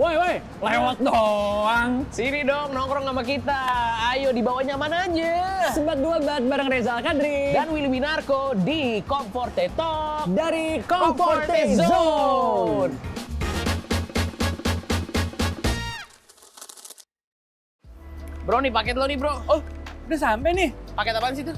woi lewat doang. Sini dong nongkrong sama kita. Ayo dibawanya mana aja. Sebat dua bat bareng Reza Kadri Dan Willy Winarko di Comforte Talk. dari Comforte Zone. Bro nih paket lo nih bro. Oh, udah sampai nih. Paket apaan sih tuh?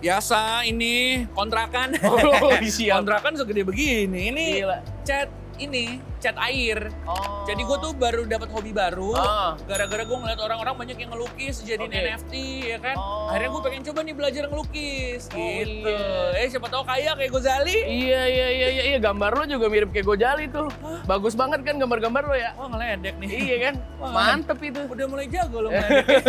Biasa ini kontrakan. Iya. Oh, siap. kontrakan segede begini. Ini Gila. cat ini, cat air. Oh. Jadi gue tuh baru dapat hobi baru, Ah. gara-gara gue ngeliat orang-orang banyak yang ngelukis, jadiin Oke. NFT, ya kan? Oh. Akhirnya gue pengen coba nih belajar ngelukis, Oh, gitu. iya. Eh siapa tahu kaya kayak Gozali. Iya iya iya iya iya gambar lo juga mirip kayak Gojali tuh. Bagus banget kan gambar-gambar lo ya. Wah ngeledek nih. Iya kan? Wah. Mantep itu. Udah mulai jago lo ngeledek.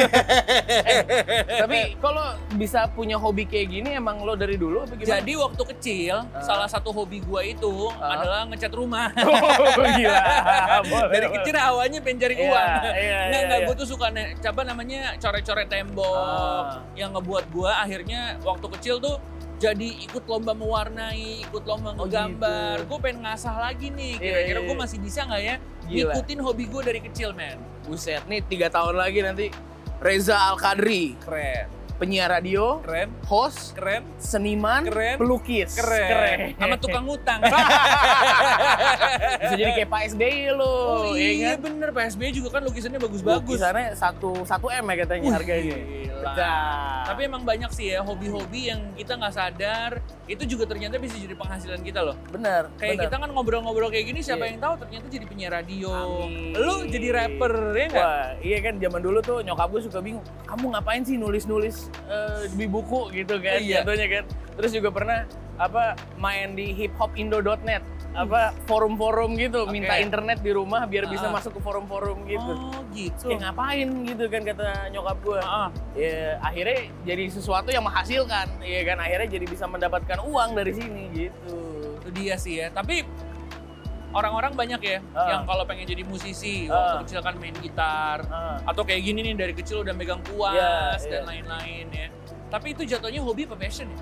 Tapi kalau bisa punya hobi kayak gini emang lo dari dulu apa gimana? Ah. Jadi waktu kecil, salah satu hobi gue itu adalah ngecat rumah. Oh, gila. Ah. Boleh, Dari boleh. kecil awalnya pengen cari Iya, uang. iya, Nggak, iya, nggak, iya. gue tuh suka ne- coba namanya coret-coret tembok. Ah. Yang ngebuat gue akhirnya waktu kecil tuh jadi ikut lomba mewarnai, ikut lomba Oh, ngegambar. gitu. Gue pengen ngasah lagi nih. Iya, Kira-kira iya, gue iya. masih bisa nggak ya Gila. ngikutin hobi gue dari kecil, men? Buset, nih tiga tahun lagi nanti Reza Al Kadri, Keren, penyiar radio, keren, host, keren, seniman, Keren. pelukis, keren. Sama Sama tukang utang. bisa jadi kayak Pak SBY lo, Oh, ya iya kan? bener, PSBY juga kan lukisannya bagus-bagus. Lukisannya satu satu m ya katanya Wih, harganya. gila. Pecah. Tapi emang banyak sih ya hobi-hobi yang kita nggak sadar itu juga ternyata bisa jadi penghasilan kita loh. bener, Kayak bener. kita kan ngobrol-ngobrol kayak gini siapa Iya. yang tahu ternyata jadi penyiar radio. Amin. Lu jadi rapper ya nggak? Wah, iya kan zaman dulu tuh nyokap gue suka bingung, kamu ngapain sih nulis-nulis eh, di buku gitu kan, Iya. jatuhnya kan. Terus juga pernah apa main di hiphop.indo.net apa forum-forum gitu, Oke. minta internet di rumah biar bisa Ah. masuk ke forum-forum gitu. Oh gitu. Ya ngapain gitu kan kata nyokap gue. Ah, Ya akhirnya jadi sesuatu yang menghasilkan, ya kan akhirnya jadi bisa mendapatkan uang dari sini gitu. itu dia sih ya. Tapi orang-orang banyak ya Ah. yang kalau pengen jadi musisi waktu Ah. kecil kan main gitar Ah. atau kayak gini nih dari kecil udah megang kuas Iya, dan iya. lain-lain ya. Tapi itu jatuhnya hobi apa passion ya?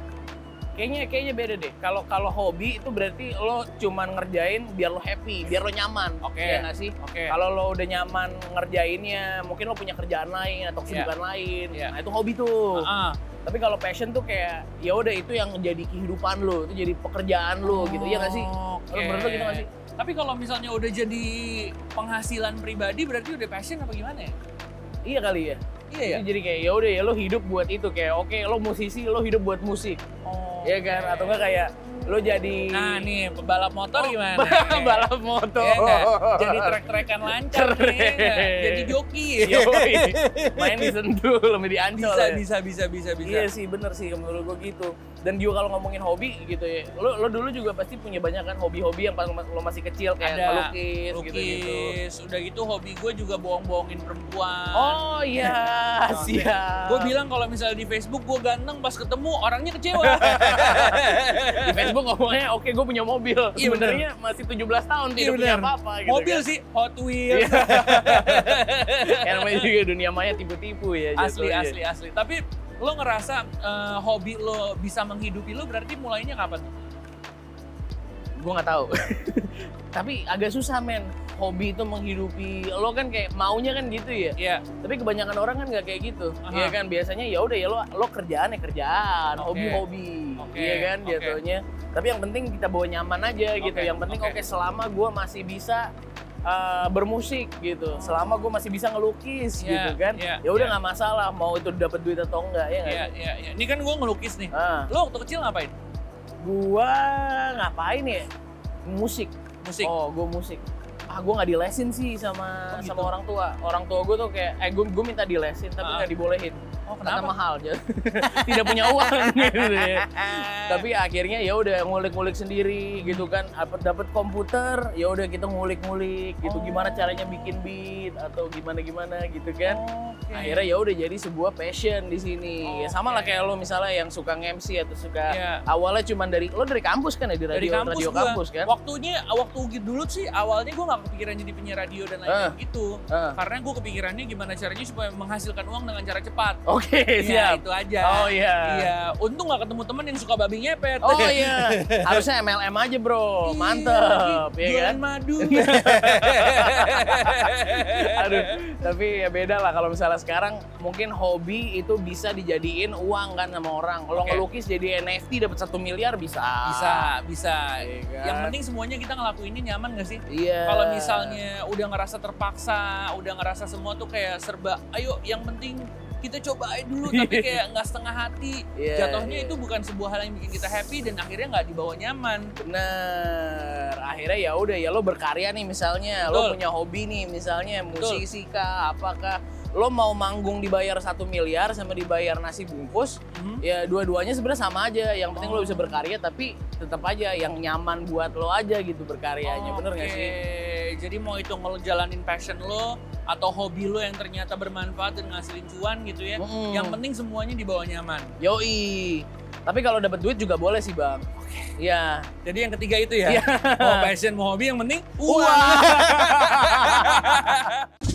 kayaknya kayaknya beda deh kalau kalau hobi itu berarti lo cuman ngerjain biar lo happy biar lo nyaman Oke. ya nggak sih Oke. kalau lo udah nyaman ngerjainnya mungkin lo punya kerjaan lain atau kesibukan lain Iya. nah itu hobi tuh Ah, tapi kalau passion tuh kayak ya udah itu yang jadi kehidupan lo itu jadi pekerjaan lo gitu ya nggak sih Oke. Lo menurut lo gitu nggak sih Tapi kalau misalnya udah jadi penghasilan pribadi berarti udah passion apa gimana ya? iya kali ya Iya Itu jadi kayak ya udah ya lo hidup buat itu kayak oke lo musisi lo hidup buat musik Oh. ya kan atau nggak kayak lo jadi Oh, Nah nih pebalap motor gimana? balap motor Iya nggak? Jadi trek-trekan lancar nih. ya nggak? Keren. Iya. Jadi joki. Yoi. main di Sentul sama di Ancol. bisa, ya. bisa, bisa, bisa, bisa. Iya sih, bener sih menurut gue gitu. Dan juga kalau ngomongin hobi gitu ya, lo, lo dulu juga pasti punya banyak kan hobi-hobi yang pas lo lo masih kecil kayak Ada melukis gitu-gitu. Lukis, udah gitu hobi gue juga bohong-bohongin perempuan. Oh iya, siap. Gue bilang kalau misalnya di Facebook gue ganteng pas ketemu orangnya kecewa. di Facebook ngomongnya, oke gue punya mobil. Iya, bener. Sebenarnya masih 17 tahun Iya, tidak punya bener. apa-apa gitu Mobil kan. sih Hot Wheels. Yang namanya juga dunia maya tipu-tipu ya. asli jatuhnya. asli asli tapi lo ngerasa eh, hobi lo bisa menghidupi lo berarti mulainya kapan tuh? gue nggak tahu tapi agak susah men hobi itu menghidupi lo kan kayak maunya kan gitu ya Iya. tapi kebanyakan orang kan nggak kayak gitu Aha. Iya kan biasanya ya udah ya lo lo kerjaan ya kerjaan Oke. hobi hobi Oke, iya kan oke. jatuhnya tapi yang penting kita bawa nyaman aja gitu Oke, yang penting oke. oke selama gue masih bisa eh, bermusik gitu selama gue masih bisa ngelukis Iya, gitu kan iya, ya udah iya. nggak masalah mau itu dapat duit atau enggak ya nggak Iya, sih? iya, iya. Ini kan gue ngelukis nih. Ah, Lo waktu kecil ngapain? gua ngapain ya musik Musik. Oh, gue musik. Ah, gue nggak dilesin sih Oh, sama gitu. sama orang tua. Orang tua gue tuh kayak, eh gue gue minta dilesin tapi Ah. nggak dibolehin. Oh, Karena mahal, jadi tidak punya uang gitu ya. Tapi Tapi akhirnya ya udah ngulik-ngulik sendiri gitu kan. Dapat dapat komputer, ya udah kita ngulik-ngulik gitu. Oh. Gimana caranya bikin beat atau gimana gimana gitu kan. Akhirnya ya udah jadi sebuah passion di sini. Ya sama lah Oke. kayak lo misalnya yang suka MC atau suka Iya. awalnya cuman dari lo dari kampus kan ya di dari radio kampus radio gua. kampus kan. Waktunya waktu dulu sih awalnya gue nggak kepikiran jadi penyiar radio dan lain-lain gitu. Ah. Karena gue kepikirannya gimana caranya supaya menghasilkan uang dengan cara cepat. Oke. Oke, Iya, siap. itu aja. Oh iya. Iya, untung gak ketemu temen yang suka babi ngepet. Oh iya. Harusnya MLM aja, Bro. Iya, Oh, Mantep, lagi ya kan? Jualan madu. Aduh, tapi ya beda lah kalau misalnya sekarang mungkin hobi itu bisa dijadiin uang kan sama orang. Kalau Oke. ngelukis jadi NFT dapat satu miliar bisa. bisa, bisa. Iya kan? Yang penting semuanya kita ngelakuinnya nyaman gak sih? Iya. Kalau misalnya udah ngerasa terpaksa, udah ngerasa semua tuh kayak serba, ayo yang penting kita coba aja dulu tapi kayak nggak setengah hati. Iya, Jatuhnya iya. itu bukan sebuah hal yang bikin kita happy dan akhirnya nggak dibawa nyaman. Bener. Akhirnya ya udah ya lo berkarya nih misalnya, lo Betul. punya hobi nih misalnya Betul. musisi kah, apakah lo mau manggung dibayar satu miliar sama dibayar nasi bungkus, ya dua-duanya sebenarnya sama aja. Yang penting lo bisa berkarya tapi tetap aja yang nyaman buat lo aja gitu berkaryanya, bener nggak Iya, Oke, sih? Jadi mau itu ngejalanin passion lo atau hobi lo yang ternyata bermanfaat dan ngasilin cuan gitu ya. Mm-mm. Yang penting semuanya dibawa nyaman. Yoi. Tapi kalau dapat duit juga boleh sih bang. Iya. Jadi yang ketiga itu ya. Mau passion, mau hobi yang penting uang. Wah.